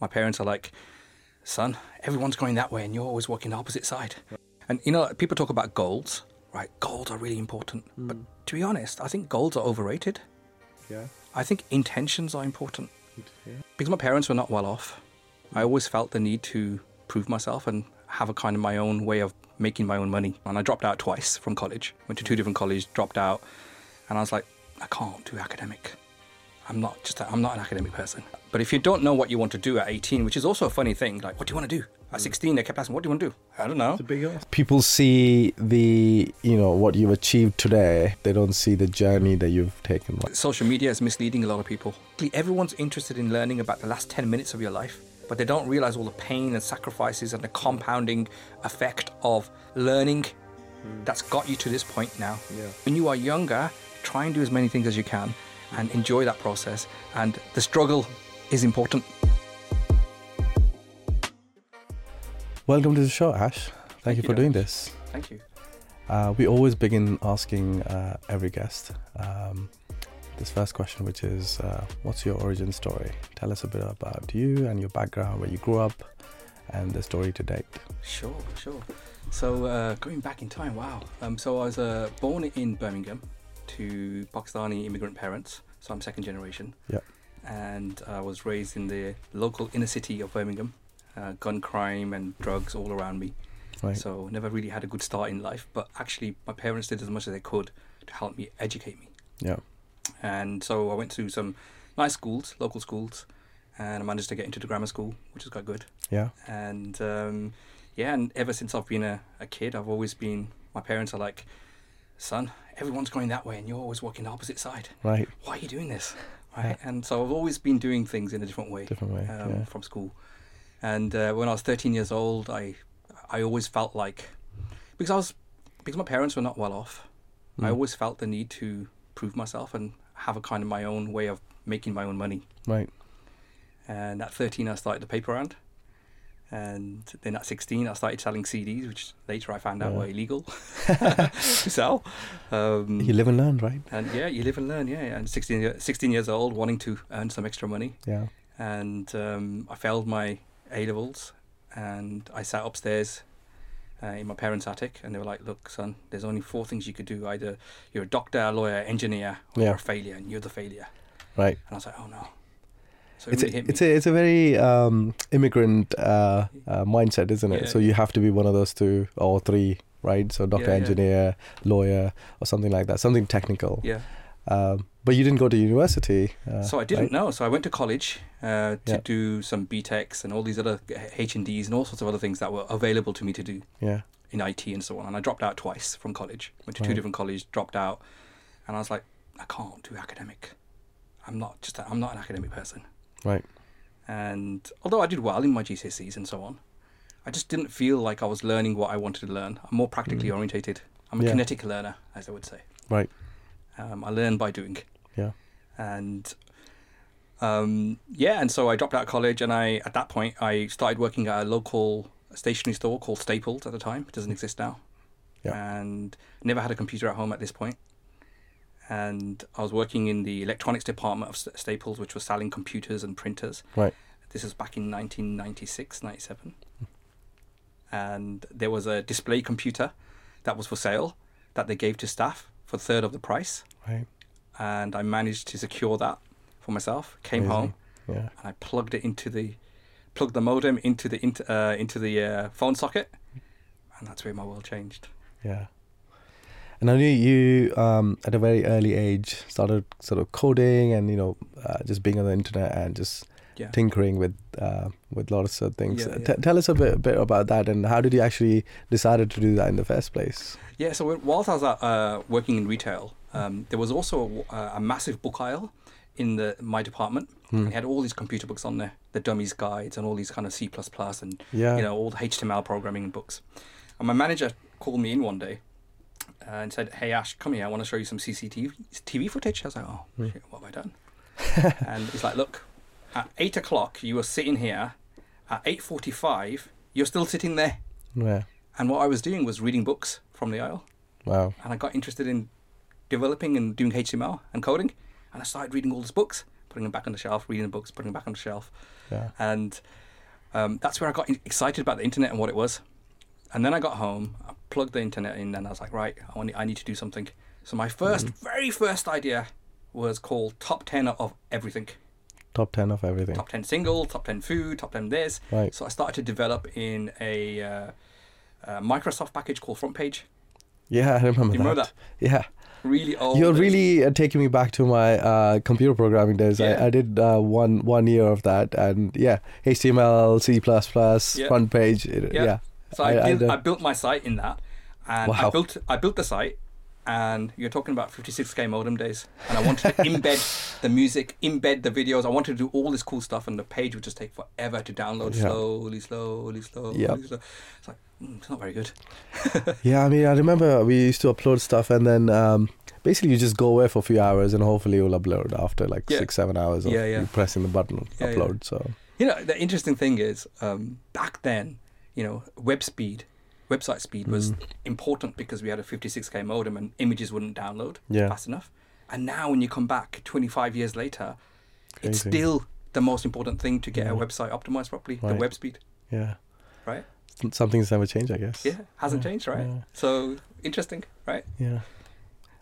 my parents are like, son, everyone's going that way and you're always walking the opposite side. And you know, like, people talk about goals, right? Goals are really important. But to be honest, I think goals are overrated. Yeah. I think intentions are important. Yeah. Because my parents were not well off, I always felt the need to prove myself and have a kind of my own way of making my own money. And I dropped out twice from college, went to two different colleges, dropped out, and I was like, I can't do academic. I'm not just a, I'm not an academic person. But if you don't know what you want to do at 18, which is also a funny thing, like what do you want to do? At 16, they kept asking, what do you want to do? I don't know. It's a big ask. People see the, you know, what you've achieved today. They don't see the journey that you've taken. Like, Social media is misleading a lot of people. Everyone's interested in learning about the last 10 minutes of your life, but they don't realize all the pain and sacrifices and the compounding effect of learning that's got you to this point now. Yeah. When you are younger, try and do as many things as you can and enjoy that process. And the struggle is important. Welcome to the show, Ash. Thank, you you, for doing Ash. this. Thank you. Uh, we always begin asking uh, every guest um, this first question, which is uh, What's your origin story? Tell us a bit about you and your background, where you grew up, and the story to date. Sure, sure. So uh, going back in time, wow. Um, so I was uh, born in Birmingham to Pakistani immigrant parents, so I'm second generation. Yeah. And I was raised in the local inner city of Birmingham. Uh, gun crime and drugs all around me. Right. So never really had a good start in life. But actually, my parents did as much as they could to help me educate me. yeah. And so I went to some nice schools, local schools, and I managed to get into the grammar school, which is quite good Yeah. and um, yeah, and ever since I've been a, a kid, I've always been. My parents are like, "Son, everyone's going that way, and you're always walking the opposite side. Right. Why are you doing this?" Right, and so I've always been doing things in a different way Different way. um, yeah. from school. And uh, when I was 13 years old, I I always felt like because I was because my parents were not well off, I Mm. always felt the need to prove myself and have a kind of my own way of making my own money. Right. And at 13, I started the paper round. And then at 16, I started selling CDs, which later I found out Yeah. were illegal to sell. Um, You live and learn, right? and yeah, you live and learn. Yeah, yeah. and 16, year- 16 years old, wanting to earn some extra money. Yeah. And um, I failed my A levels, and I sat upstairs uh, in my parents' attic, and they were like, "Look, son, there's only four things you could do: either you're a doctor, a lawyer, engineer, or Yeah. you're a failure, and you're the failure." Right. And I was like, "Oh no!" So it It's really a, hit me. it's a it's a very um, immigrant uh, uh, mindset, isn't it? Yeah. So you have to be one of those two or three, right? So doctor, Yeah, yeah. engineer, lawyer, or something like that, something technical. yeah. Um, but you didn't go to university. Uh, So I didn't know. So I went to college uh, to Yeah. do some BTECs and all these other H and Ds and all sorts of other things that were available to me to do Yeah. in IT and so on. And I dropped out twice from college. Went to two Right. different colleges, dropped out, and I was like, I can't do academic. I'm not just. A, I'm not an academic person. Right. And although I did well in my GCSEs and so on, I just didn't feel like I was learning what I wanted to learn. I'm more practically orientated. I'm a Mm. Yeah. kinetic learner, as I would say. Right. Um, I learn by doing. Yeah. and um, yeah, and so I dropped out of college, and I at that point I started working at a local stationery store called Staples at the time. It doesn't exist now, Yeah. and never had a computer at home at this point. And I was working in the electronics department of S- Staples, which was selling computers and printers. Right. This was back in 1996, 97. And there was a display computer that was for sale that they gave to staff for a third of the price Right. and I managed to secure that for myself. Came Amazing. home Yeah. and I plugged it into the plugged the modem into the int- uh, into the uh, phone socket, and that's where my world changed. Yeah. And I knew you um, at a very early age started sort of coding and you know uh, just being on the internet and just Yeah. tinkering with uh, with lots of things. Yeah, Uh, yeah. T- tell us a bit, bit about that and how did you actually decided to do that in the first place? Yeah. So wh- whilst I was uh, uh, working in retail, um, there was also a w- uh, a, massive book aisle in the my department. And it had all these computer books on there, the dummies guides, and all these kind of C and Yeah. you know all the HTML programming books. And my manager called me in one day uh, and said, "Hey Ash, come here. I want to show you some CCTV TV footage." I was like, "Oh, shit, what have I done?" and he's like, "Look, at eight o'clock you were sitting here. At eight forty-five, you're still sitting there." Yeah. And what I was doing was reading books from the aisle, Wow. and I got interested in developing and doing HTML and coding, and I started reading all these books. But putting them back on the shelf, reading the books, putting them back on the shelf. Yeah. And um, that's where I got in- excited about the internet and what it was. And then I got home, I plugged the internet in, and I was like, right, I, want, I need to do something. So my 1st Mm-hmm. very first idea was called Top 10 of Everything Top 10 of everything. Top 10 single, top 10 food, top 10 this. Right. So I started to develop in a, uh, uh Microsoft package called Front Page. Yeah, I remember You that. remember Yeah. Really old. You're and- really uh, taking me back to my uh, computer programming days. Yeah. I, I did uh, one one year of that, and yeah, HTML, C++, Yeah. front page. it- Yeah. yeah. So I, I did, did- I, built my site in that, and I Wow. built I built the site, and you're talking about 56k modem days, and I wanted to embed the music, embed the videos. I wanted to do all this cool stuff, and the page would just take forever to download, Yeah. slowly, slowly, slowly, Yep. slowly. It's like mm, it's not very good. Yeah, I mean, I remember we used to upload stuff, and then um, basically you just go away for a few hours, and hopefully you'll upload after like Yeah. six, seven hours of Yeah, yeah. you pressing the button Yeah, yeah. upload. So You know, the interesting thing is, um, back then, you know, web speed, website speed was Mm. important because we had a 56k modem and images wouldn't download Yeah. fast enough. And now, when you come back 25 years later, it's Crazy. still the most important thing to get a Yeah. website optimized properly. The Right. web speed, yeah, right? Some- something's never changed, I guess. Yeah, hasn't changed, right? yeah. So interesting, right? Yeah.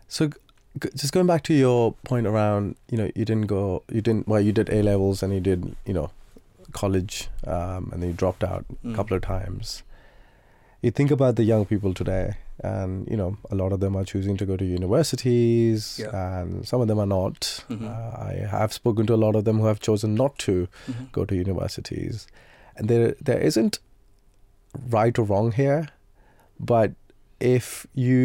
So, g- g- just going back to your point around, you know, you didn't go, you didn't, well, you did A levels and you did, you know, college, um, and then you dropped out Mm. a couple of times. You think about the young people today, and you know, a lot of them are choosing to go to universities, Yeah. and some of them are not. Mhm. Uh, I have spoken to a lot of them who have chosen not to Mhm. go to universities, and there there isn't right or wrong here, but if you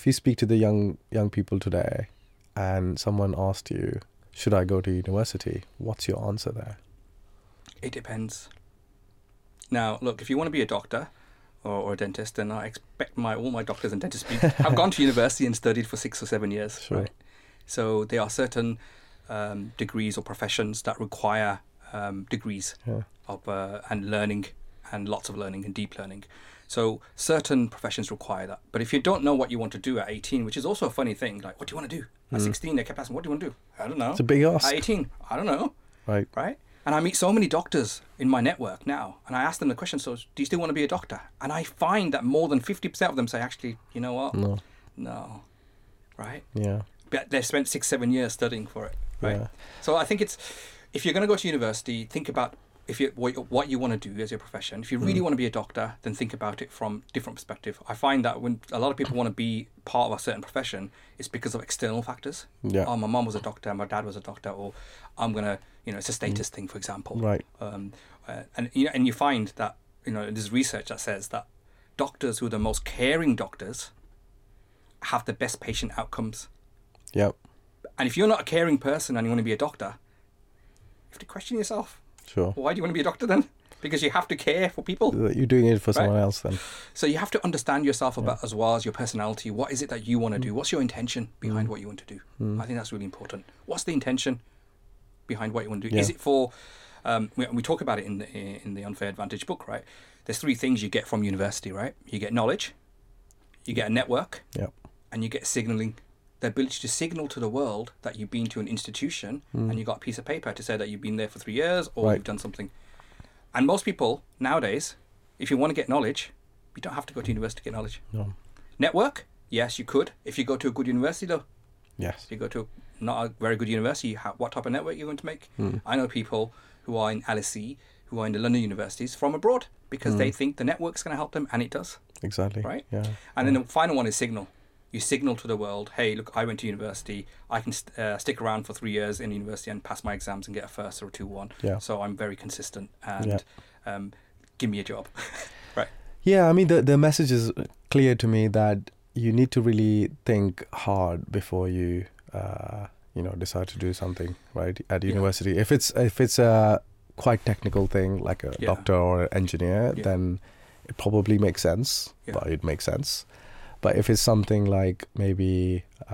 if you speak to the young young people today and someone asked you should i go to university what's your answer there It depends. Now, look, if you want to be a doctor or, or a dentist, then I expect my all my doctors and dentists be, have gone to university and studied for six or seven years. Sure. Right. So there are certain um, degrees or professions that require um, degrees Yeah. of uh, and learning and lots of learning and deep learning. So certain professions require that. But if you don't know what you want to do at 18, which is also a funny thing, like what do you want to do? At 16, they kept asking, what do you want to do? I don't know. Mm. it's a big ask at 18, I don't know right right? And I meet so many doctors in my network now, and I ask them the question, so do you still want to be a doctor? And I find that more than 50% of them say, actually, you know what? no No. Right? yeah But they spent six, seven years studying for it, right? Yeah. So I think it's, if you're going to go to university, think about if you what, what you want to do as your profession. If you Mm. really want to be a doctor, then think about it from different perspective. I find that when a lot of people want to be part of a certain profession, it's because of external factors. Yeah. Oh, my mom was a doctor, my dad was a doctor, or I'm gonna, you know, it's a status thing, for example Mm. right um, uh, and you know, and you find that you know there's research that says that doctors who are the most caring doctors have the best patient outcomes. yeah And if you're not a caring person and you want to be a doctor, you have to question yourself. sure Why do you want to be a doctor then? Because you have to care for people. you're doing it for someone else then So you have to understand yourself about as well as your personality. What is it that you want to do? What's your intention behind what you want to do? I think that's really important. What's the intention behind what you want to do? Is Yeah. it for? Um, we, we talk about it in the in the unfair advantage book, right? There's three things you get from university, right? You get knowledge, you get a network, yeah and you get signaling. The ability to signal to the world that you've been to an institution and you got a piece of paper to say that you've been there for three years or Hmm. Right. you've done something. And most people nowadays, if you want to get knowledge, you don't have to go to university to get knowledge. no Network, yes, you could if you go to a good university though. yes If you go to not a very good university, how, what type of network you're going to make? Hmm. I know people who are in LSE, who are in the London universities from abroad because Hmm. they think the network's going to help them, and it does. exactly Right. yeah And then the final one is signal. You signal to the world, hey, look, I went to university. I can st- uh, stick around for three years in university and pass my exams and get a first or a two one. Yeah. So I'm very consistent and um, give me a job. right. Yeah, I mean the the message is clear to me that you need to really think hard before you uh, you know decide to do something right at Yeah. university. If it's if it's a quite technical thing like a Yeah. doctor or an engineer, Yeah. then it probably makes sense. Yeah. But it makes sense. But if it's something like maybe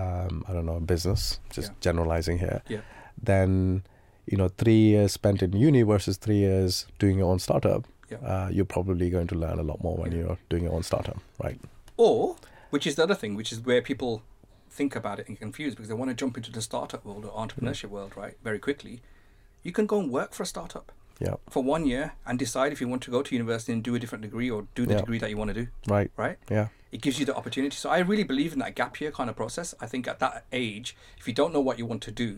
um, I don't know business, just Yeah. generalizing here, Yeah. then you know three years spent in uni versus three years doing your own startup Yeah. uh, you're probably going to learn a lot more when Yeah. you're doing your own startup, right? Or, which is the other thing, which is where people think about it and confused because they want to jump into the startup world Hmm. or entrepreneurship world, right? Very quickly. You can go and work for a startup Yeah. for one year and decide if you want to go to university and do a different degree or do the Yeah. degree that you want to do, Right. right? Yeah. It gives you the opportunity. So I really believe in that gap year kind of process. I think at that age, if you don't know what you want to do,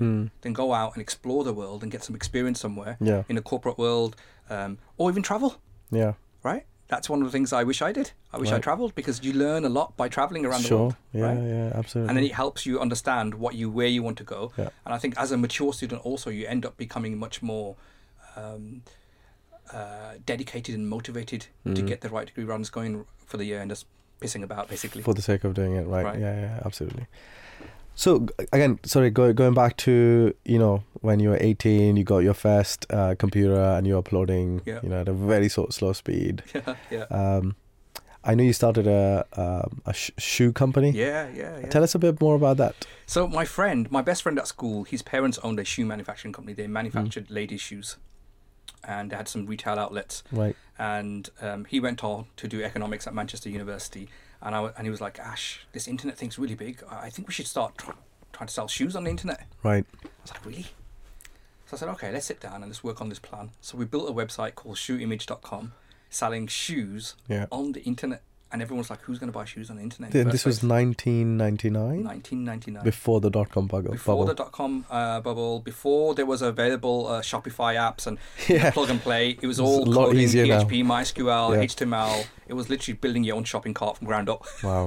then go out and explore the world and get some experience somewhere Hmm. Yeah. in the corporate world um, or even travel, Yeah. right? That's one of the things I wish I did. I wish I Right. traveled because you learn a lot by traveling around the Sure. world. yeah. right? Yeah. Absolutely. and then it helps you understand what you where you want to go Yeah. and i think as a mature student also you end up becoming much more um, uh, dedicated and motivated to Hmm. get the right degree rather than just going for the year and just pissing about basically for the sake of doing it, right? Right. Yeah, yeah, absolutely. So g- again, sorry, go, going back to you know when you were eighteen, you got your first uh, computer and you're uploading, Yeah. you know, at a very so, slow speed. yeah yeah Um, I know you started a um a sh- shoe company. yeah yeah, yeah. Tell us a bit more about that. so my friend my best friend at school his parents owned a shoe manufacturing company they manufactured Mm. ladies shoes and they had some retail outlets Right. and um, he went on to do economics at Manchester University. And I w- and he was like, Ash, this internet thing's really big. I I think we should start tr- trying to sell shoes on the internet. Right. I was like, really? So I said, okay, let's sit down and let's work on this plan. So we built a website called shoeimage.com, selling shoes Yeah. on the internet. And everyone's like, who's going to buy shoes on the internet? in Then the this first was place?" 1999, 1999. before the dot com bubble. Before bubble. the dot com uh, bubble, before there was available uh, Shopify apps and Yeah. plug and play, it was It's all a lot coded in easier now. PHP, MySQL, Yeah. HTML. It was literally building your own shopping cart from ground up, wow.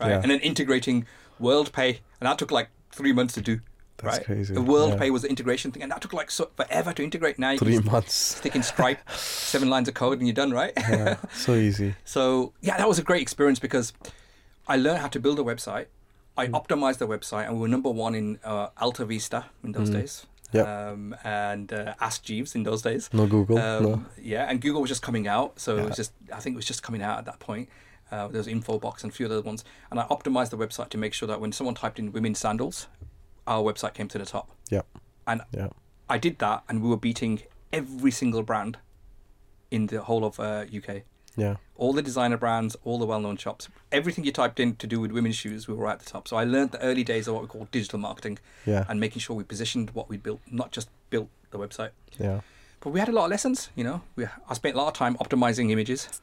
right? Yeah. And then integrating WorldPay, and that took like three months to do. That's right? crazy. The WorldPay Yeah. was the integration thing, and that took like so forever to integrate. Now you Three can months. stick in Stripe, seven lines of code, and you're done, right? Yeah. so easy. So yeah, that was a great experience because I learned how to build a website. Mm. I optimized the website, and we were number one in uh, Alta Vista in those days. Mm. Yep. Um, and uh, Ask Jeeves in those days. No Google. Um, no. Yeah, and Google was just coming out, so it Yeah. was just I think it was just coming out at that point. Uh, there was Infobox and a few other ones, and I optimized the website to make sure that when someone typed in women's sandals, our website came to the top. Yeah. And Yeah. I did that, and we were beating every single brand in the whole of uh, UK Yeah. all the designer brands, all the well-known shops, everything you typed in to do with women's shoes, we were at the top. So I learned the early days of what we call digital marketing Yeah. and making sure we positioned what we built, not just built the website. Yeah. But we had a lot of lessons, you know. We, I spent a lot of time optimizing images,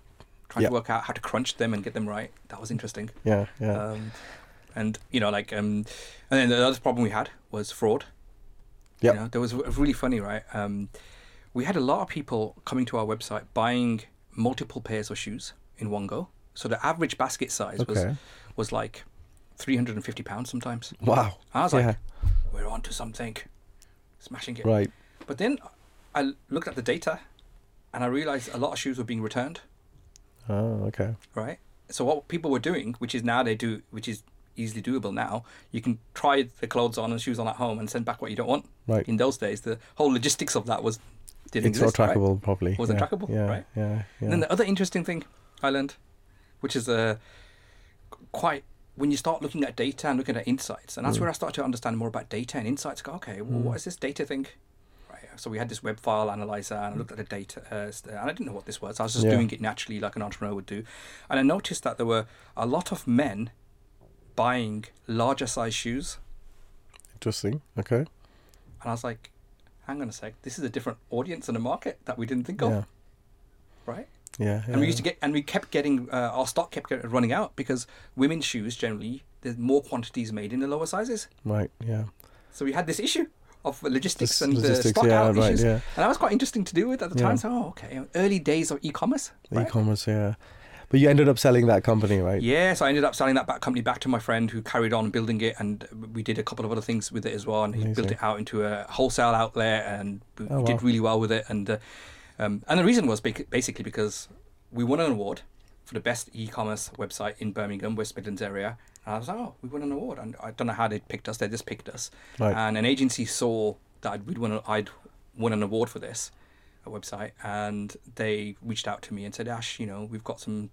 trying Yeah. to work out how to crunch them and get them right. That was interesting. Yeah. Yeah. Um, and you know, like, um, and then the other problem we had was fraud. You Yep. know, there was it was really funny, right? Um, we had a lot of people coming to our website buying multiple pairs of shoes in one go. So the average basket size was Okay. was like three hundred and fifty pounds sometimes. Wow. And I was Yeah. like, we're onto something, smashing it. Right. But then I looked at the data, and I realized a lot of shoes were being returned. Oh, okay. right? So what people were doing, which is now they do, which is easily doable now, you can try the clothes on and shoes on at home and send back what you don't want. Right. In those days, the whole logistics of that was didn't It's not exist. right? trackable properly. Wasn't yeah. trackable, Yeah. right? Yeah. Yeah. And then the other interesting thing I learned, which is uh, quite when you start looking at data and looking at insights, Mm. and that's where I started to understand more about data and insights. Go, okay, well, what is this data thing? Right. So we had this web file analyzer, and I looked at the data, uh, st- and I didn't know what this was. I was just Yeah. doing it naturally, like an entrepreneur would do, and I noticed that there were a lot of men buying larger size shoes, Interesting. Okay. and I was like, hang on a sec, this is a different audience and a market that we didn't think of, Yeah. right? Yeah. and we used to get and we kept getting uh, our stock kept get- running out because women's shoes generally there's more quantities made in the lower sizes Right. Yeah. so we had this issue of logistics This and logistics, the stock yeah, out right, issues yeah. and that was quite interesting to deal with at the Yeah. time so oh, okay early days of e-commerce The right? E-commerce. Yeah. But you ended up selling that company, right? yeah so i ended up selling that back company back to my friend who carried on building it and we did a couple of other things with it as well and he built Amazing. it out into a wholesale outlet and we Oh, did wow. really well with it and uh, um, and the reason was bec- basically because we won an award for the best e-commerce website in Birmingham, West Midlands area. And I was like, oh, we won an award, and I don't know how they picked us. They just picked us, Right. and an agency saw that I'd, we'd won, a- I'd won an award for this a website, and they reached out to me and said, Ash, you know, we've got some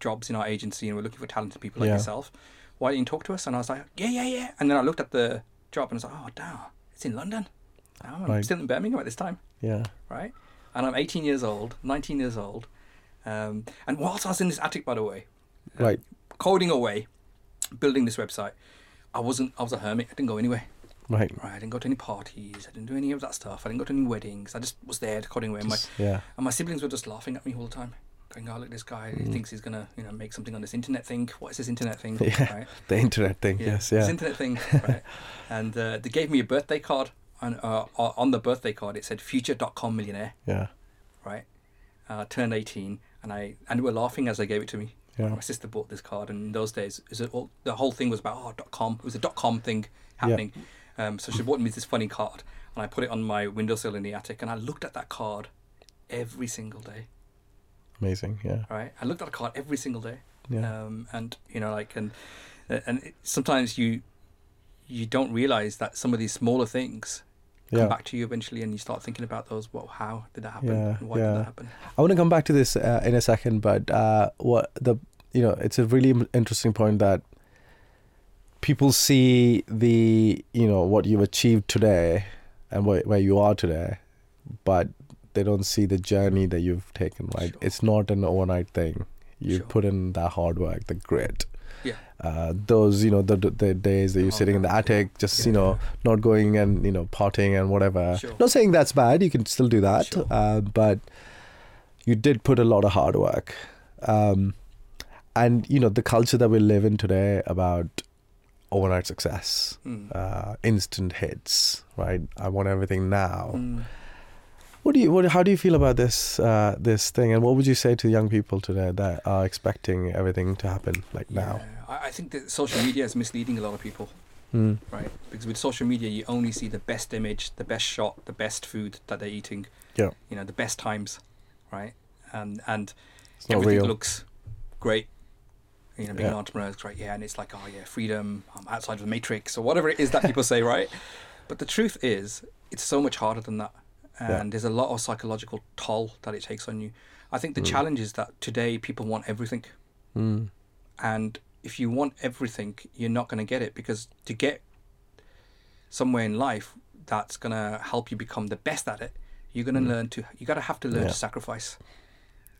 jobs in our agency, and we're looking for talented people like Yeah. yourself. Why don't you talk to us? And I was like, yeah, yeah, yeah. And then I looked at the job, and I was like, oh, damn, it's in London. Oh, I'm Right. still in Birmingham at this time Yeah. right? And I'm 18 years old, 19 years old. Um, and whilst I was in this attic, by the way, Right. coding away, building this website, I wasn't. I was a hermit. I didn't go anywhere. Right. Right. I didn't go to any parties. I didn't do any of that stuff. I didn't go to any weddings. I just was there cutting away. And my Just- yeah. and my siblings were just laughing at me all the time, going, "Oh, look, this guy. He Mm. thinks he's gonna, you know, make something on this internet thing. What is this internet thing? Yeah. Right? The internet thing. Yes. This Yeah. internet thing. Right? and uh, they gave me a birthday card, and uh, o- on the birthday card it said future.com millionaire. yeah. Right. Uh, turned 18, and I and they were laughing as they gave it to me. Yeah. My sister bought this card, and in those days, it was a- all, the whole thing was about oh, dot com. It was a dot com thing happening. Um, so she bought me this funny card, and I put it on my windowsill in the attic, and I looked at that card every single day. Amazing. Yeah. Right, I looked at the card every single day. Yeah. Um, and you know, like, and uh, and it, sometimes you you don't realize that some of these smaller things come yeah. back to you eventually, and you start thinking about those. Well, how did that happen? Yeah, Why yeah. did that happen? I want to come back to this uh, in a second, but uh, what the you know it's a really im- interesting point that people see the you know what you've achieved today and where where you are today, but they don't see the journey that you've taken. Right, Sure. it's not an overnight thing. You Sure. put in that hard work, the grit. Yeah. Uh, those you know the, the- the days that you're Oh, sitting in the yeah, attic, just yeah, you know yeah. not going and you know partying and whatever. Sure. Not saying that's bad. You can still do that, Sure. uh, but you did put a lot of hard work. Um, and you know the culture that we live in today about overnight success, Mm. uh, instant hits, right? I want everything now. Mm. What do you? What, how do you feel about this uh, this thing? And what would you say to young people today that are expecting everything to happen like now? Yeah. I, I think that social media is misleading a lot of people, Mm. right? Because with social media, you only see the best image, the best shot, the best food that they're eating. Yeah. You know, the best times, right? And and It's not everything real. looks great. You know, being Yeah. an entrepreneur is great, yeah, and it's like, oh yeah, freedom, I'm outside of the matrix, or whatever it is that people say, right? But the truth is, it's so much harder than that, and Yeah. there's a lot of psychological toll that it takes on you. I think the Mm. challenge is that today people want everything, Mm. and if you want everything, you're not going to get it because to get somewhere in life that's going to help you become the best at it, you're going to learn to, you got to have to learn Yeah. to sacrifice.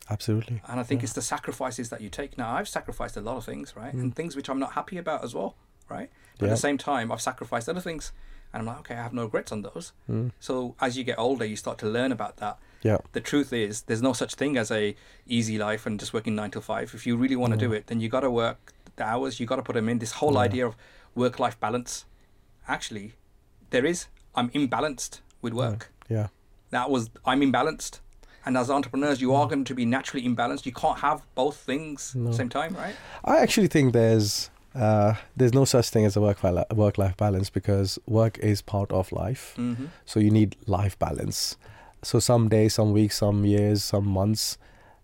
Absolutely. And I think it's the sacrifices that you take. Now, I've sacrificed a lot of things, right? And things which I'm not happy about as well, right? But Mm. Yeah. at the same time, I've sacrificed other things. And I'm like, okay, I have no regrets on those. So as you get older, you start to learn about that. Mm. Yeah. The truth is, there's no such thing as a easy life and just working nine till five. If you really want to do it, then you got to work the hours. You got to put them in. This whole idea of work-life balance, actually, there is. I'm imbalanced with work Yeah. that was I'm imbalanced. And as entrepreneurs, you are going to be naturally imbalanced. You can't have both things at the same time, right? I actually think there's uh, there's no such thing as a work work life balance because work is part of life. Mm-hmm. So you need life balance. So some days, some weeks, some years, some months,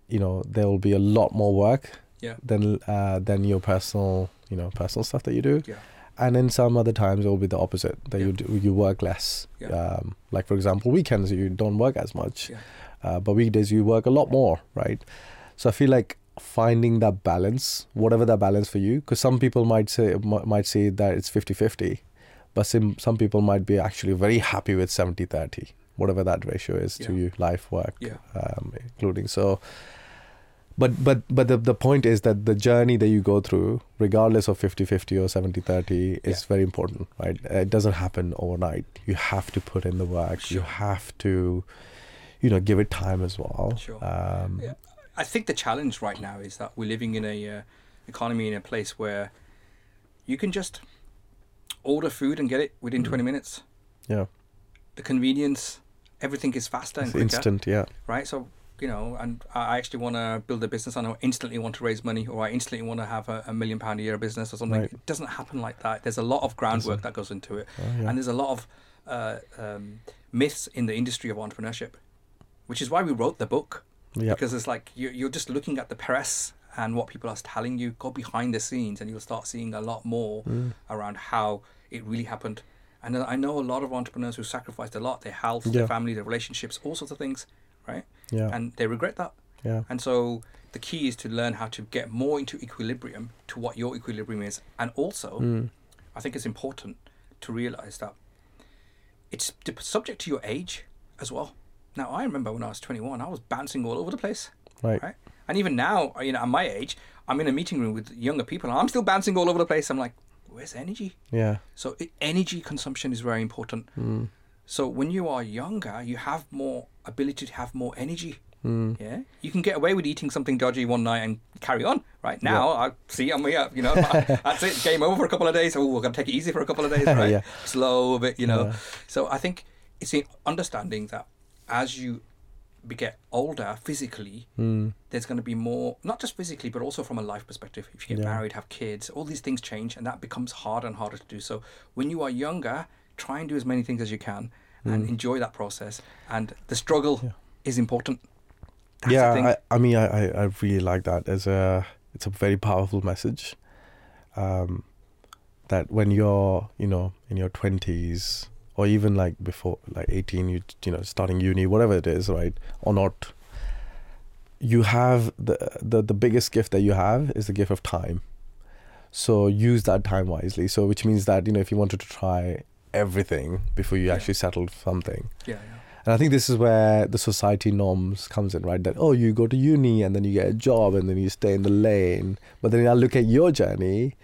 you know, there will be a lot more work Yeah. than uh, than your personal you know personal stuff that you do. Yeah. And then some other times it will be the opposite that Yeah. you do, you work less. Yeah. Um, like for example, weekends you don't work as much Yeah. uh, but weekdays you work a lot more right so i feel like finding that balance whatever that balance for you because some people might say m- might say that it's 50-50 but some, some people might be actually very happy with 70-30 whatever that ratio is to Yeah. your life work Yeah. um, including so but but but the, the point is that the journey that you go through regardless of 50-50 or 70-30 is very important right it doesn't happen overnight you have to put in the work you Sure. have to you know give it time as well Sure. um, Yeah. I think the challenge right now is that we're living in a uh, economy in a place where you can just order food and get it within 20 minutes. yeah The convenience, everything is faster and it's quicker, instant yeah right? So you know, and I I actually want to build a business, and I instantly want to raise money, or I instantly want to have a, a million pound a year business or something. Right. It doesn't happen like that. There's a lot of groundwork that goes into it. Oh, yeah. And there's a lot of uh, um, myths in the industry of entrepreneurship, which is why we wrote the book. Yeah. Because it's like you, you're just looking at the press and what people are telling you. Go behind the scenes, and you'll start seeing a lot more Mm. around how it really happened. And I know a lot of entrepreneurs who sacrificed a lot their health, Yeah. their family, their relationships, all sorts of things, right? Yeah. And they regret that. yeah And so the key is to learn how to get more into equilibrium to what your equilibrium is. And also, Mm. I think it's important to realize that it's d- subject to your age as well. Now, I remember when I was 21, I was bouncing all over the place, right right? uh, And even now, you know, at my age, I'm in a meeting room with younger people and I'm still bouncing all over the place. I'm like, where's energy? Yeah. So e- energy consumption is very important. Mm. So when you are younger, you have more ability to have more energy. Mm. Yeah, you can get away with eating something dodgy one night and carry on. Right now, I see I'm here. You know, that's it. Game over for a couple of days. Oh, we're gonna take it easy for a couple of days. Right, Yeah. slow a bit. You know. Yeah. So I think it's in understanding that as you be- get older physically, Mm. there's going to be more, not just physically, but also from a life perspective. If you get Yeah. married, have kids, all these things change, and that becomes harder and harder to do. So when you are younger, try and do as many things as you can and enjoy that process. And the struggle Hmm. Yeah. is important. That's the thing. yeah, I, I mean, I, I, I really like that. As a, it's a very powerful message. Um, that when you're, you know, in your twenties or even like before, like eighteen, you you know, starting uni, whatever it is, right, or not, you have the the the biggest gift that you have is the gift of time. So use that time wisely. So which means that you know, if you wanted to try everything before you Yeah. actually settled something, yeah, and I think this is where the society norms comes in, right? That oh, you go to uni and then you get a job and then you stay in the lane. But then I look at your journey,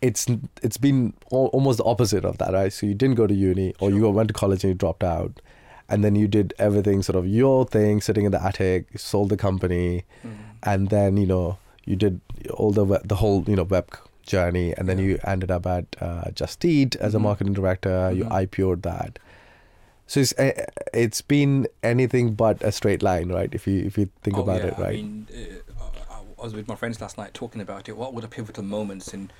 it's it's been al- almost the opposite of that, right? So you didn't go to uni, or you went to college and you dropped out, and then you did everything sort of your thing, sitting in the attic, sold the company, yeah. Mm. and then you know you did all the we- the whole you know web journey, and then you ended up at uh, Just Eat as a Mhm. marketing director. You Mhm. IPO'd that. So it's eh, it's been anything but a straight line, right? If you if you think Oh, about yeah, it, right? I mean, uh, I, I was with my friends last night talking about it. What were the pivotal moments in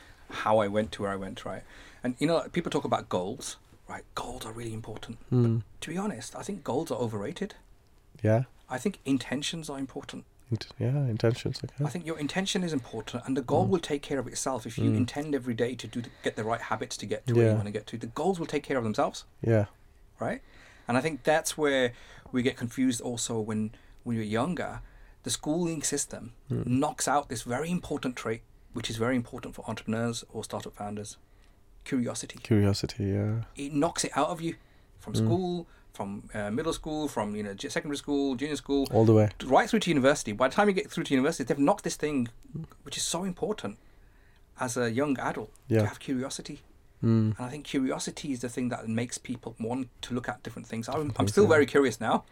how I went to where I went, right? And you know, people talk about goals, right? Goals are really important. Mm. But to be honest, I think goals are overrated. yeah, I think intentions are important. Int- yeah, Hmm. intentions. I Okay. think your intention is important, and the goal will take care of itself if you Mm. intend every day to do the, get the right habits to get to where Yeah. you want to get to. The goals will take care of themselves, Yeah, right? And I think that's where we get confused also when when you're younger. The schooling system knocks out this very important trait, which is very important for entrepreneurs or startup founders: curiosity curiosity. Yeah, it knocks it out of you from school, from uh, middle school, from you know ju- secondary school, junior school, all the way. right through to university. By the time you get through to university, they've knocked this thing, which is so important as a young adult Yeah. to have curiosity. And Mm. I think curiosity is the thing that makes people want to look at different things. I'm, I'm Things, still yeah. very curious now.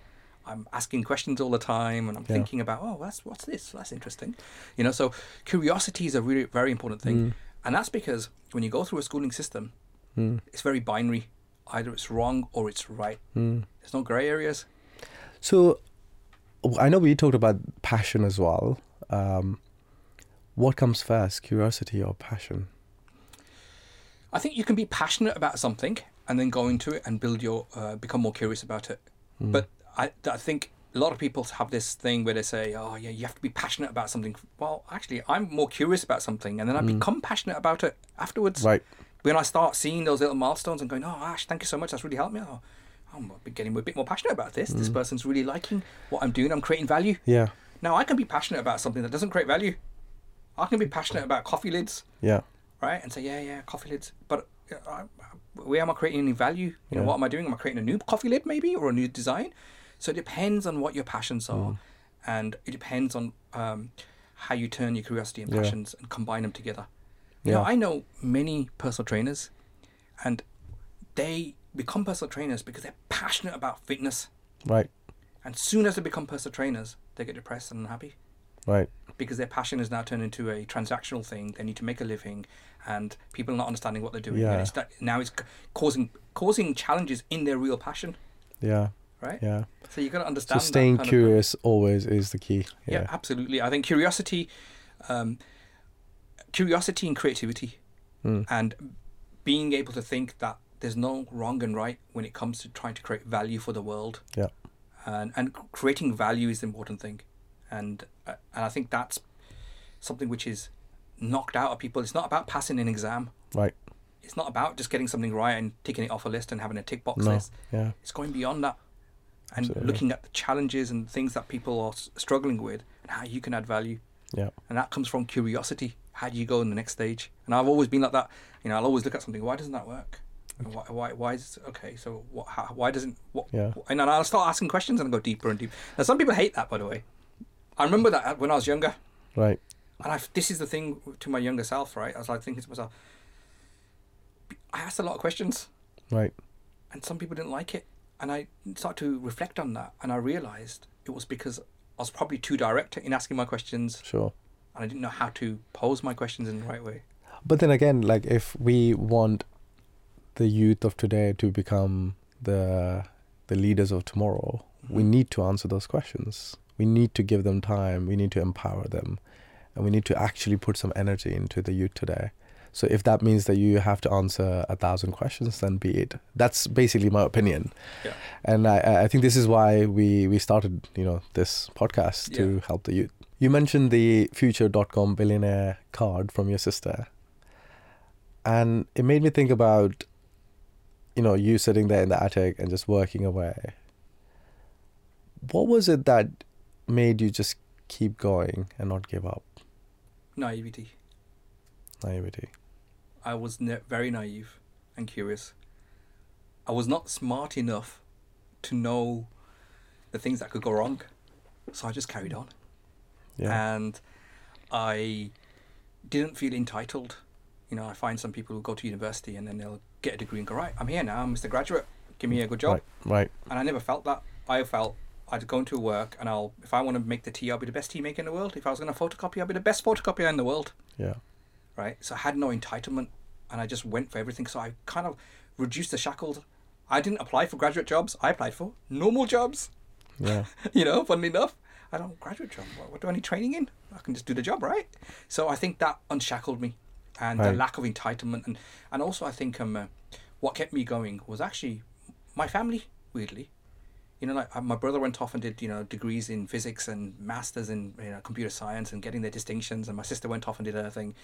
I'm asking questions all the time, and I'm Yeah. thinking about, oh, that's what's this? That's interesting, you know. So curiosity is a really very important Hmm. thing, and that's because when you go through a schooling system, Mm. it's very binary. Either it's wrong or it's right. Mm. There's no grey areas. So, w- I know we talked about passion as well. Um, what comes first, curiosity or passion? I think you can be passionate about something and then go into it and build your, uh, become more curious about it. Hmm. But I, I think a lot of people have this thing where they say, oh, yeah, you have to be passionate about something. Well, actually, I'm more curious about something and then I become passionate about it afterwards. Hmm. Right. When I start seeing those little milestones and going, oh, Ash, thank you so much. That's really helped me. Oh, I'm getting a bit more passionate about this. This person's really liking what I'm doing. I'm creating value. Hmm. Yeah. Now, I can be passionate about something that doesn't create value. I can be passionate about coffee lids, Yeah. right? And say, yeah, yeah, coffee lids. But uh, I- where am I creating any value? You know, Yeah. what am I doing? Am I creating a new coffee lid maybe or a new design? So it depends on what your passions are Mm. and it depends on um, how you turn your curiosity and Yeah. passions and combine them together. You know, Yeah. I know many personal trainers and they become personal trainers because they're passionate about fitness. Right. And soon as they become personal trainers, they get depressed and unhappy Right. because their passion has now turned into a transactional thing. They need to make a living, and people are not understanding what they're doing. Yeah. And it's that, now it's c- causing causing challenges in their real passion, Yeah. right? Yeah. So you got to So understand. that staying kind of- curious always is the key. yeah. Yeah. absolutely. I think curiosity, um, curiosity and creativity, Mm. and being able to think that there's no wrong and right when it comes to trying to create value for the world. Yeah. and and creating value is the important thing, and uh, and I think that's something which is knocked out of people. It's not about passing an exam. Right. It's not about just getting something right and ticking it off a list and having a tick box No. list. Yeah. It's going beyond that, and Absolutely. looking at the challenges and things that people are s- struggling with and how you can add value Yeah. and that comes from curiosity. How do you go in the next stage? And I've always been like that. You know, I'll always look at something. Why doesn't that work? And Why? Why? Why is okay? So what? How, why doesn't? What? Yeah. And then I'll start asking questions and go deeper and deeper. Now some people hate that, by the way. I remember that when I was younger, Right. and I this is the thing to my younger self, right? I was like thinking to myself, I asked a lot of questions Right. and some people didn't like it. And I started to reflect on that and I realized it was because I was probably too direct in asking my questions Sure. and I didn't know how to pose my questions in the right way. But then again, like if we want the youth of today to become the the leaders of tomorrow, we need to answer those questions. We need to give them time. We need to empower them, and we need to actually put some energy into the youth today. So if that means that you have to answer a thousand questions, then be it. That's basically my opinion, Yeah. and I- I, I think this is why we we started you know this podcast to help the youth. You mentioned the future.com billionaire card from your sister and it made me think about you know you sitting there in the attic and just working away what was it that made you just keep going and not give up Naivety. naivety I was ne- very naive and curious. I was not smart enough to know the things that could go wrong, so I just carried on. yeah And I didn't feel entitled. You know, I find some people who go to university and then they'll get a degree and go, right, I'm here now, I'm Mr. Graduate, give me a good job. right right And I never felt that. I felt I'd go into work and I'll, if I want to make the tea, I'll be the best tea maker in the world. If I was going to photocopy, I'll be the best photocopier in the world yeah right? So I had no entitlement, and I just went for everything. So I kind of reduced the shackles. I didn't apply for graduate jobs. I applied for normal jobs. yeah You know, funnily enough, I don't graduate job. What, what do I need training in? I can just do the job, right? So I think that unshackled me, and the Right. lack of entitlement, and and also I think um, uh, what kept me going was actually my family. Weirdly, you know, like uh, my brother went off and did you know degrees in physics and masters in you know computer science and getting their distinctions, and my sister went off and did her thing.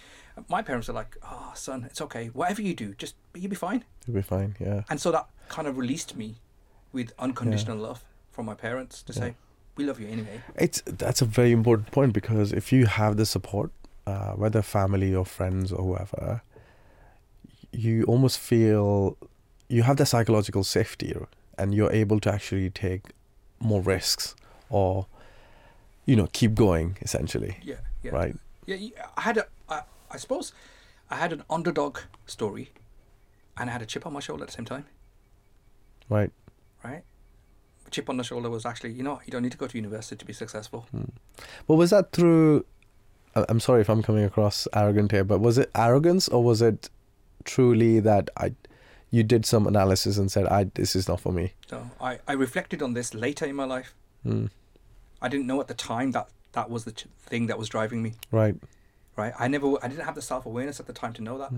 My parents are like, "Oh, son, it's okay. Whatever you do, just you'll be fine." you'll be fine yeah And so that kind of released me with unconditional love from my parents to say, "We love you anyway." It's that's a very important point because if you have the support, uh, whether family or friends or whoever, you almost feel you have the psychological safety and you're able to actually take more risks or you know keep going essentially, Yeah, yeah. right? Yeah, you- I had a, I, I suppose, I had an underdog story, and I had a chip on my shoulder at the same time, Right. right? The chip on the shoulder was actually, you know, what, you don't need to go to university to be successful. But was that through? I- I'm sorry if I'm coming across arrogant here, but was it arrogance or was it truly that I, you did some analysis and said, "I this is not for me." So I, I reflected on this later in my life. Mm. I didn't know at the time that that was the ch- thing that was driving me, Right. right? I never, I didn't have the self awareness at the time to know that.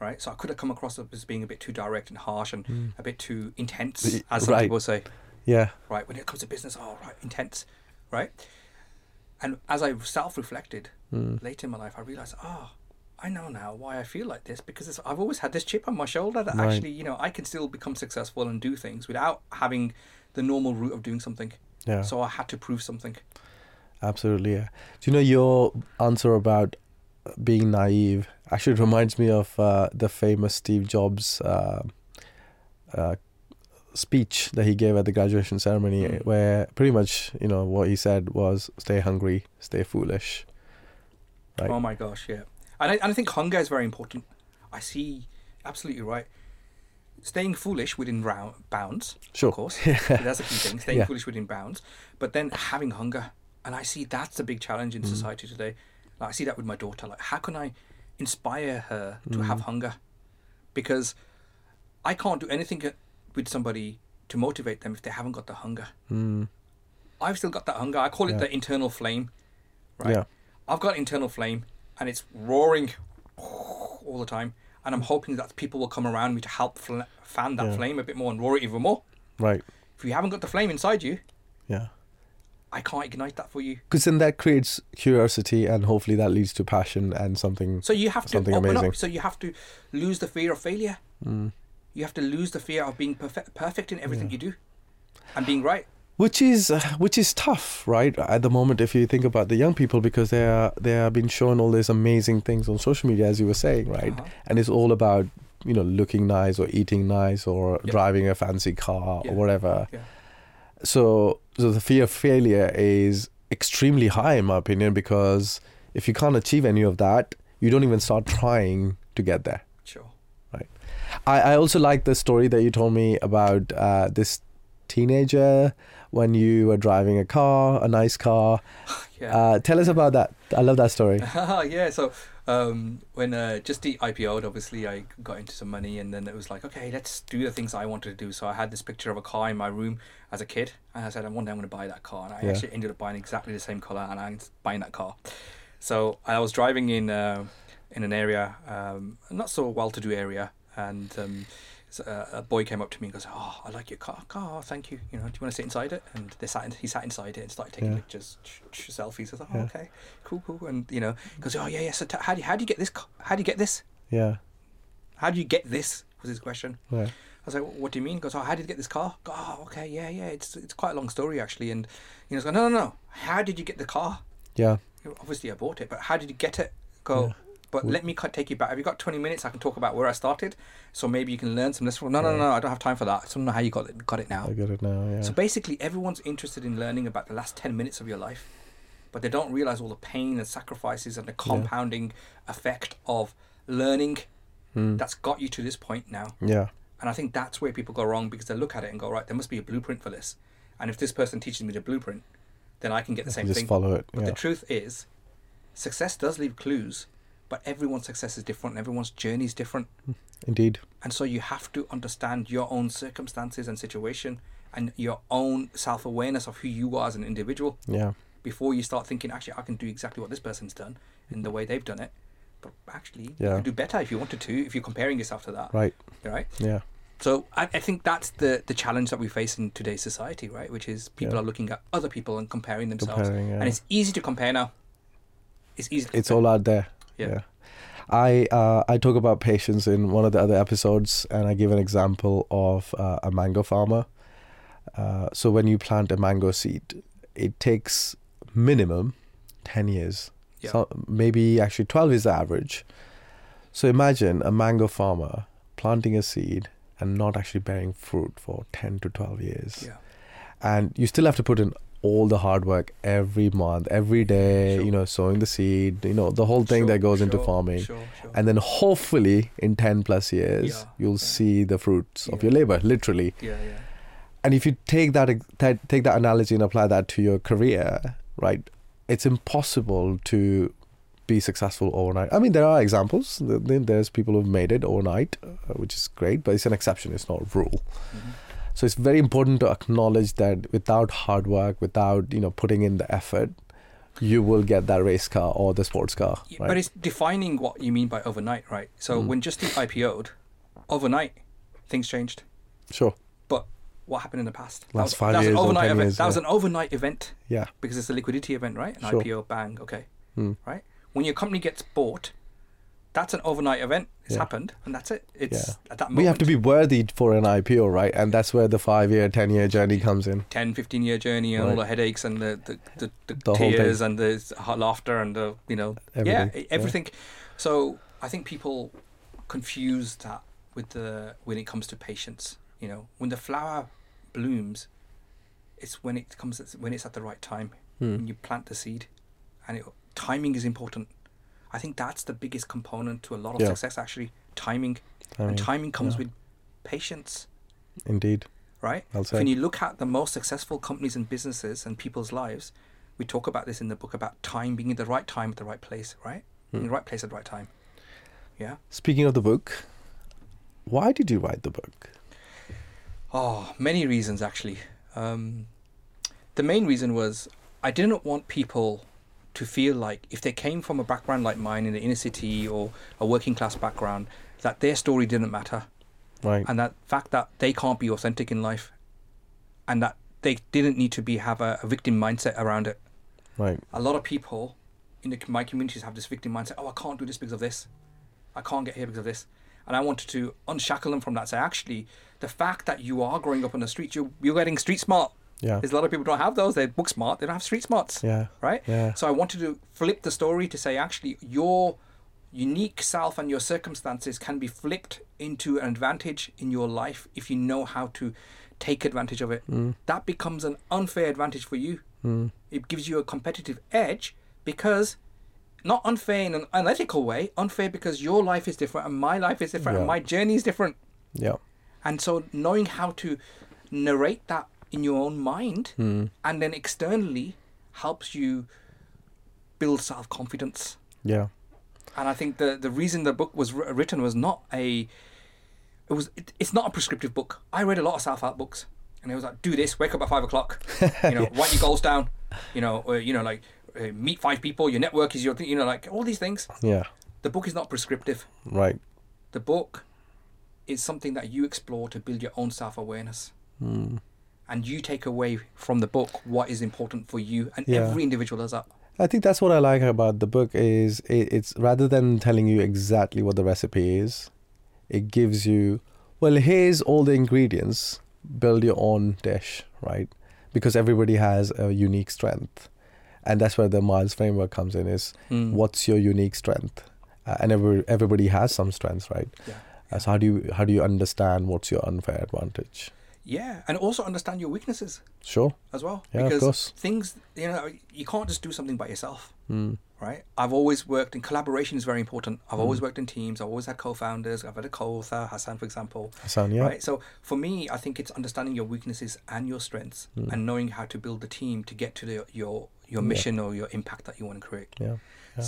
Right, so I could have come across as being a bit too direct and harsh and a bit too intense, The- as some right. people say. Yeah. right? When it comes to business, oh, right, intense, right? And as I self reflected Hmm. later in my life, I realized, oh, I know now why I feel like this because it's, I've always had this chip on my shoulder that Right. actually, you know, I can still become successful and do things without having the normal route of doing something. Yeah. So I had to prove something. Absolutely, yeah. Do you know your answer about being naive actually reminds me of uh, the famous Steve Jobs uh, uh, speech that he gave at the graduation ceremony, Mm. where pretty much you know what he said was "Stay hungry, stay foolish." Right. Oh my gosh, yeah. And I, and I think hunger is very important. I see, absolutely right. Staying foolish within round, bounds, Sure. of course. That's a key thing. Staying Yeah. foolish within bounds, but then having hunger, and I see that's the big challenge Mm-hmm. in society today. Like, I see that with my daughter. Like, how can I inspire her to have Mm-hmm. hunger? Because I can't do anything uh, with somebody to motivate them if they haven't got the hunger. I've still got that hunger. I call it Hmm. Yeah. the internal flame. Right. Yeah. I've got internal flame and it's roaring all the time. And I'm hoping that people will come around me to help fl- fan that Yeah. flame a bit more and roar it even more. Right. If you haven't got the flame inside you, Yeah. I can't ignite that for you. Because then that creates curiosity, and hopefully that leads to passion and something. So you have to Something open amazing. Hmm. up. So you have to lose the fear of failure. You have to lose the fear of being perfect, perfect in everything you do and being right. which is uh, which is tough right at the moment if you think about the young people because they are they are being shown all these amazing things on social media as you were saying right Uh-huh. and it's all about you know looking nice or eating nice or Yeah. driving a fancy car Yeah. or whatever Yeah. so so the fear of failure is extremely high in my opinion because if you can't achieve any of that you don't even start trying to get there Sure. right I, I also like the story that you told me about uh, this teenager when you were driving a car, a nice car. Yeah. Uh, tell us about that. I love that story. yeah, so um, when uh, just the IPO'd, obviously I got into some money, and then it was like, okay, let's do the things I wanted to do. So I had this picture of a car in my room as a kid, and I said, one day I'm going to buy that car, and I Yeah. actually ended up buying exactly the same color, and I'm buying that car. So I was driving in uh, in an area, um, not so well-to-do area, and. Um, so, uh, a boy came up to me and goes, "Oh, I like your car. Car, thank you. You know, do you want to sit inside it?" And they sat. In, he sat inside it and started taking Yeah. pictures, ch- ch- selfies. I was like, "Oh, Yeah. okay, cool, cool." And you know, goes, "Oh yeah, yeah. So t- how do you, how do you get this? co- How do you get this? Yeah. How do you get this?" Was his question. Yeah. I was like, "What do you mean?" Goes, "Oh, how did you get this car?" Go, "Oh, okay, yeah, yeah. It's it's quite a long story actually." And you know, he's like, "No, no, no. How did you get the car? Yeah. You know, Obviously, I bought it, but how did you get it?" Go. But let me cut- take you back. Have you got 20 minutes? I can talk about where I started. So maybe you can learn some lessons. No, no, no, I don't have time for that. I don't know how you got it, got it now. I got it now. Yeah. So basically, everyone's interested in learning about the last 10 minutes of your life, but they don't realize all the pain and sacrifices and the compounding effect of learning that's got you to this point now. yeah. And I think that's where people go wrong because they look at it and go, right, there must be a blueprint for this. And if this person teaches me the blueprint, then I can get the same You just thing. follow it. But yeah. the truth is, success does leave clues, but everyone's success is different and everyone's journey is different. Indeed. And so you have to understand your own circumstances and situation and your own self awareness of who you are as an individual Yeah. before you start thinking, actually, I can do exactly what this person's done in the way they've done it. But actually, you Yeah. could do better if you wanted to, if you're comparing yourself to that. Right. Right? Yeah. So I, I think that's the, the challenge that we face in today's society, right? Which is people Yeah. are looking at other people and comparing themselves. Comparing, yeah. And it's easy to compare now. It's easy. To It's compare. all out there. Yeah. I uh, I talk about patience in one of the other episodes, and I give an example of uh, a mango farmer. Uh, so when you plant a mango seed, it takes minimum ten years. Yeah. So maybe actually twelve is the average. So imagine a mango farmer planting a seed and not actually bearing fruit for ten to twelve years Yeah. and you still have to put in all the hard work every month, every day, Sure. you know, sowing the seed, you know, the whole thing Sure, that goes into sure, farming. Sure, sure. And then hopefully in 10 plus years, Yeah, you'll yeah. see the fruits of Yeah. your labor, literally. yeah, yeah. And if you take that, ex- that take that analogy and apply that to your career, right? It's impossible to be successful overnight. I mean, there are examples. Th- th- There's people who've made it overnight, uh, which is great, but it's an exception. It's not a rule. Mhm. So it's very important to acknowledge that without hard work, without you know putting in the effort, you will get that race car or the sports car. Yeah, Right? Mm. But it's defining what you mean by overnight, right? So when Justin IPO'd, overnight, things changed. sure. But what happened in the past? Last was, five that years was an or overnight 10 event. years, that was yeah. an overnight event Yeah. because it's a liquidity event, right? An Sure. Hmm. IPO, bang, okay, right? When your company gets bought, that's an overnight event. It's Yeah. happened, and that's it. It's at that moment. We have to be worthy for an IPO, right? And that's where the five-year, ten-year journey comes in. 10, 15 year journey and all Right. the headaches and the, the, the, the, The whole tears and the s- ha- laughter and the, you know, Everything, yeah, yeah. e- everything. So I think people confuse that with the, when it comes to patience, you know, when the flower blooms, it's when it comes, it's when it's at the right time, Hmm. when you plant the seed and it, timing is important. I think that's the biggest component to a lot of Yeah. success, actually, timing. Timing, and timing comes yeah. with patience Indeed. right? Well When said. you look at the most successful companies and businesses and people's lives, we talk about this in the book about time being in the right time at the right place, right? In the right place at the right time. Yeah. Speaking of the book, why did you write the book? Oh, many reasons actually. Um, the main reason was I didn't want people to feel like if they came from a background like mine in the inner city or a working class background, that their story didn't matter. Right. and that fact that they can't be authentic in life and that they didn't need to be have a, a victim mindset around it right. a lot of people in the, my communities have this victim mindset oh i can't do this because of this i can't get here because of this and i wanted to unshackle them from that say actually the fact that you are growing up on the street you, you're getting street smart Yeah. there's a lot of people don't have those they're book smart they don't have street smarts Yeah. right Yeah. so i wanted to flip the story to say actually your unique self and your circumstances can be flipped into an advantage in your life if you know how to take advantage of it Mm. that becomes an unfair advantage for you it gives you a competitive edge because not unfair in an unethical way unfair because your life is different and my life is different and Yeah. my journey is different Yeah. And so knowing how to narrate that in your own mind Mm. and then externally helps you build self confidence. Yeah. And I think the the reason the book was wr- written was not a it was it, it's not a prescriptive book. I read a lot of self help books, and it was like do this, wake up at five o'clock, you know, write your goals down, you know, or, you know like uh, meet five people, your network is your thing, you know, like all these things. Yeah. The book is not prescriptive. Right. The book is something that you explore to build your own self awareness. Hmm. And you take away from the book what is important for you, and Yeah. every individual does that. I think that's what I like about the book is it, it's rather than telling you exactly what the recipe is, it gives you well here's all the ingredients build your own dish right because everybody has a unique strength and that's where the miles framework comes in is Mm. what's your unique strength uh, and every, everybody has some strengths right Yeah. Uh, so how do you how do you understand what's your unfair advantage Yeah, and also understand your weaknesses. sure as well. Yeah, of because course. things, you know, you can't just do something by yourself, mm. right? I've always worked in collaboration is very important. Hmm. I've always worked in teams. I've always had co-founders. I've had a co-author, Hassan, for example. Hassan, yeah Right. So for me, I think it's understanding your weaknesses and your strengths, Hmm. and knowing how to build the team to get to the, your your mission or your impact that you want to create. yeah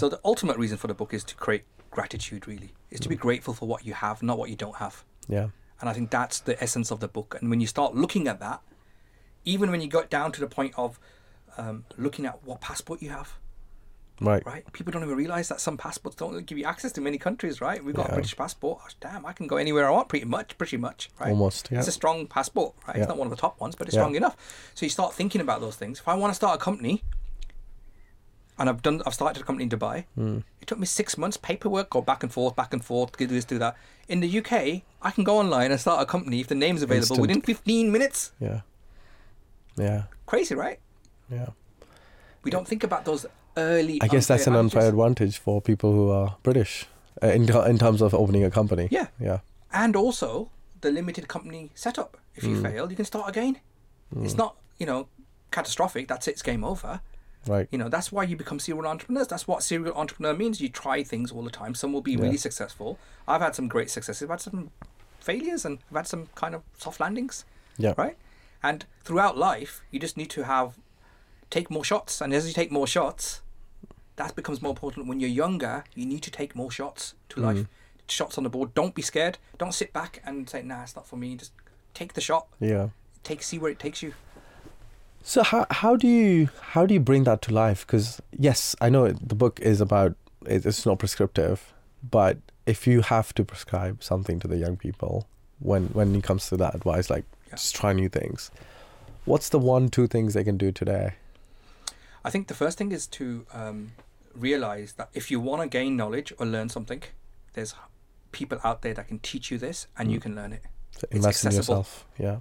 So the ultimate reason for the book is to create gratitude. Really, is to Hmm. be grateful for what you have, not what you don't have. yeah And I think that's the essence of the book. And when you start looking at that, even when you got down to the point of um, looking at what passport you have, right right? People don't even realize that some passports don't give you access to many countries, right? We've got Yeah. a British passport. Oh, damn, I can go anywhere I want pretty much, pretty much, right? Almost, yeah. It's a strong passport, right? Yeah. It's not one of the top ones, but it's Yeah. strong enough. So you start thinking about those things. If I want to start a company, and I've done, I've started a company in Dubai. Hmm. It took me six months paperwork, go back and forth, back and forth, do this, do that. In the UK, I can go online and start a company if the name's available Instant. within 15 minutes. yeah yeah Crazy, right? yeah We don't think about those early. I guess that's an unfair advantages. advantage for people who are British uh, in, ter- in terms of opening a company. Yeah. Yeah. and also the limited company setup. If you fail, you can start again. It's not, you know, catastrophic. That's it. It's game over. Right. You know, that's why you become serial entrepreneurs. That's what serial entrepreneur means. You try things all the time. Some will be really successful. I've had some great successes. I've had some failures, and I've had some kind of soft landings. Yeah. Right. And throughout life, you just need to have take more shots, and as you take more shots, that becomes more important. When you're younger, you need to take more shots to life. Shots on the board. Don't be scared. Don't sit back and say, "Nah, it's not for me." Just take the shot. Yeah. Take see where it takes you. So how how do you how do you bring that to life? Because yes, I know it, the book is about it, it's not prescriptive, but if you have to prescribe something to the young people when when it comes to that advice, like Yeah. just try new things. What's the one two things they can do today? I think the first thing is to um, realize that if you want to gain knowledge or learn something, there's people out there that can teach you this, and you can learn it. Mm. So It's invest in accessible. yourself. Yeah.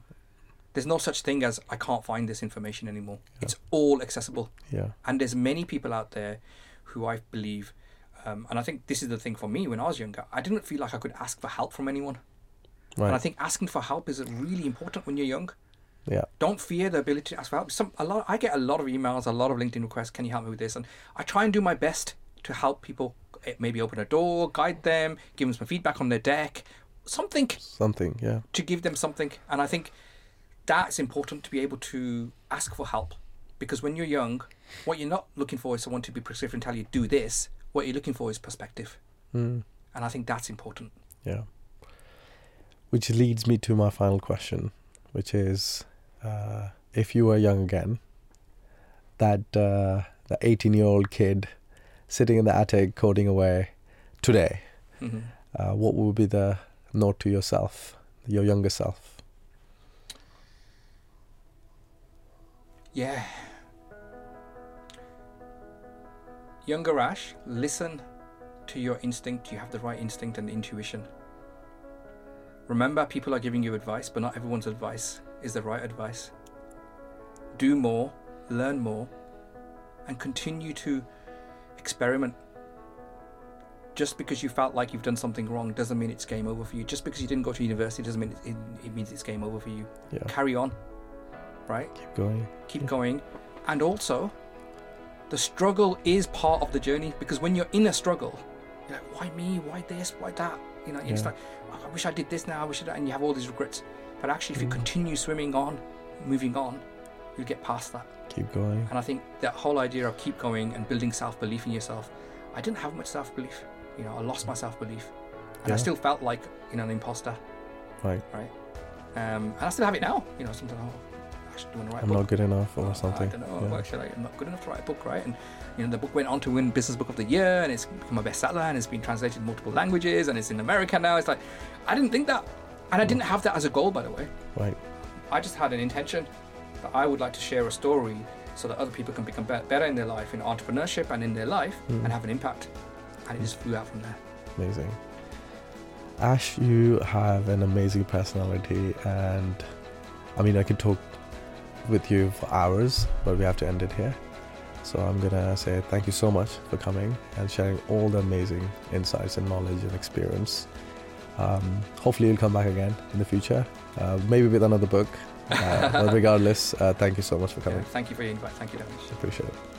There's no such thing as I can't find this information anymore. It's all accessible. Yeah. And there's many people out there who I believe, um, and I think this is the thing for me when I was younger, I didn't feel like I could ask for help from anyone. And I Right. think asking for help is really important when you're young. Yeah. Don't fear the ability to ask for help. Some a lot I get a lot of emails, a lot of LinkedIn requests. Can you help me with this? And I try and do my best to help people. eh, Maybe open a door, guide them, give them some feedback on their deck, something Something. Yeah. to give them something. And I think that's important to be able to ask for help because when you're young, what you're not looking for is someone to be prescriptive and tell you do this. What you're looking for is perspective, Mm. and I think that's important. Yeah. Which leads me to my final question, which is uh, if you were young again, that uh, that 18 year old kid sitting in the attic coding away today, hmm uh, what would be the note to yourself, your younger self? Yeah. Younger Ash, listen to your instinct. You have the right instinct and intuition. Remember, people are giving you advice, but not everyone's advice is the right advice. Do more, learn more, and continue to experiment. Just because you felt like you've done something wrong doesn't mean it's game over for you. Just because you didn't go to university doesn't mean it, it means it's game over for you. Yeah, Carry on, right? keep going. keep going. And also, the struggle is part of the journey because when you're in a struggle, you're like, why me? Why this? Why that? You know, it's Yeah. like, "Oh, I wish I did this now, I wish I did, that," and you have all these regrets. But actually, Mm. if you continue swimming on, moving on, you'll get past that. Keep going. And I think that whole idea of keep going and building self belief in yourself, I didn't have much self belief. You know, I lost my self belief. And Yeah. I still felt like, you know, an imposter. Right. Right. Um, and I still have it now. You know, sometimes oh, I should want to write a I'm book. not good enough or I something. don't know. Yeah. Well, actually, I'm not good enough to write a book, right? And you know, the book went on to win Business Book of the Year, and it's become a bestseller, and it's been translated in multiple languages, and it's in America now. It's like, I didn't think that, and I didn't have that as a goal, by the way. Right. I just had an intention that I would like to share a story so that other people can become be- better in their life, in entrepreneurship, and in their life, Hmm. and have an impact. And it just flew out from there. Amazing. Ash, you have an amazing personality, and I mean, I could talk with you for hours, but we have to end it here. So I'm gonna say thank you so much for coming and sharing all the amazing insights and knowledge and experience. Um, hopefully, you'll come back again in the future, uh, maybe with another book. Uh, but regardless, uh, thank you so much for Yeah, coming. thank you for your invite. Thank you, Danish. Appreciate it.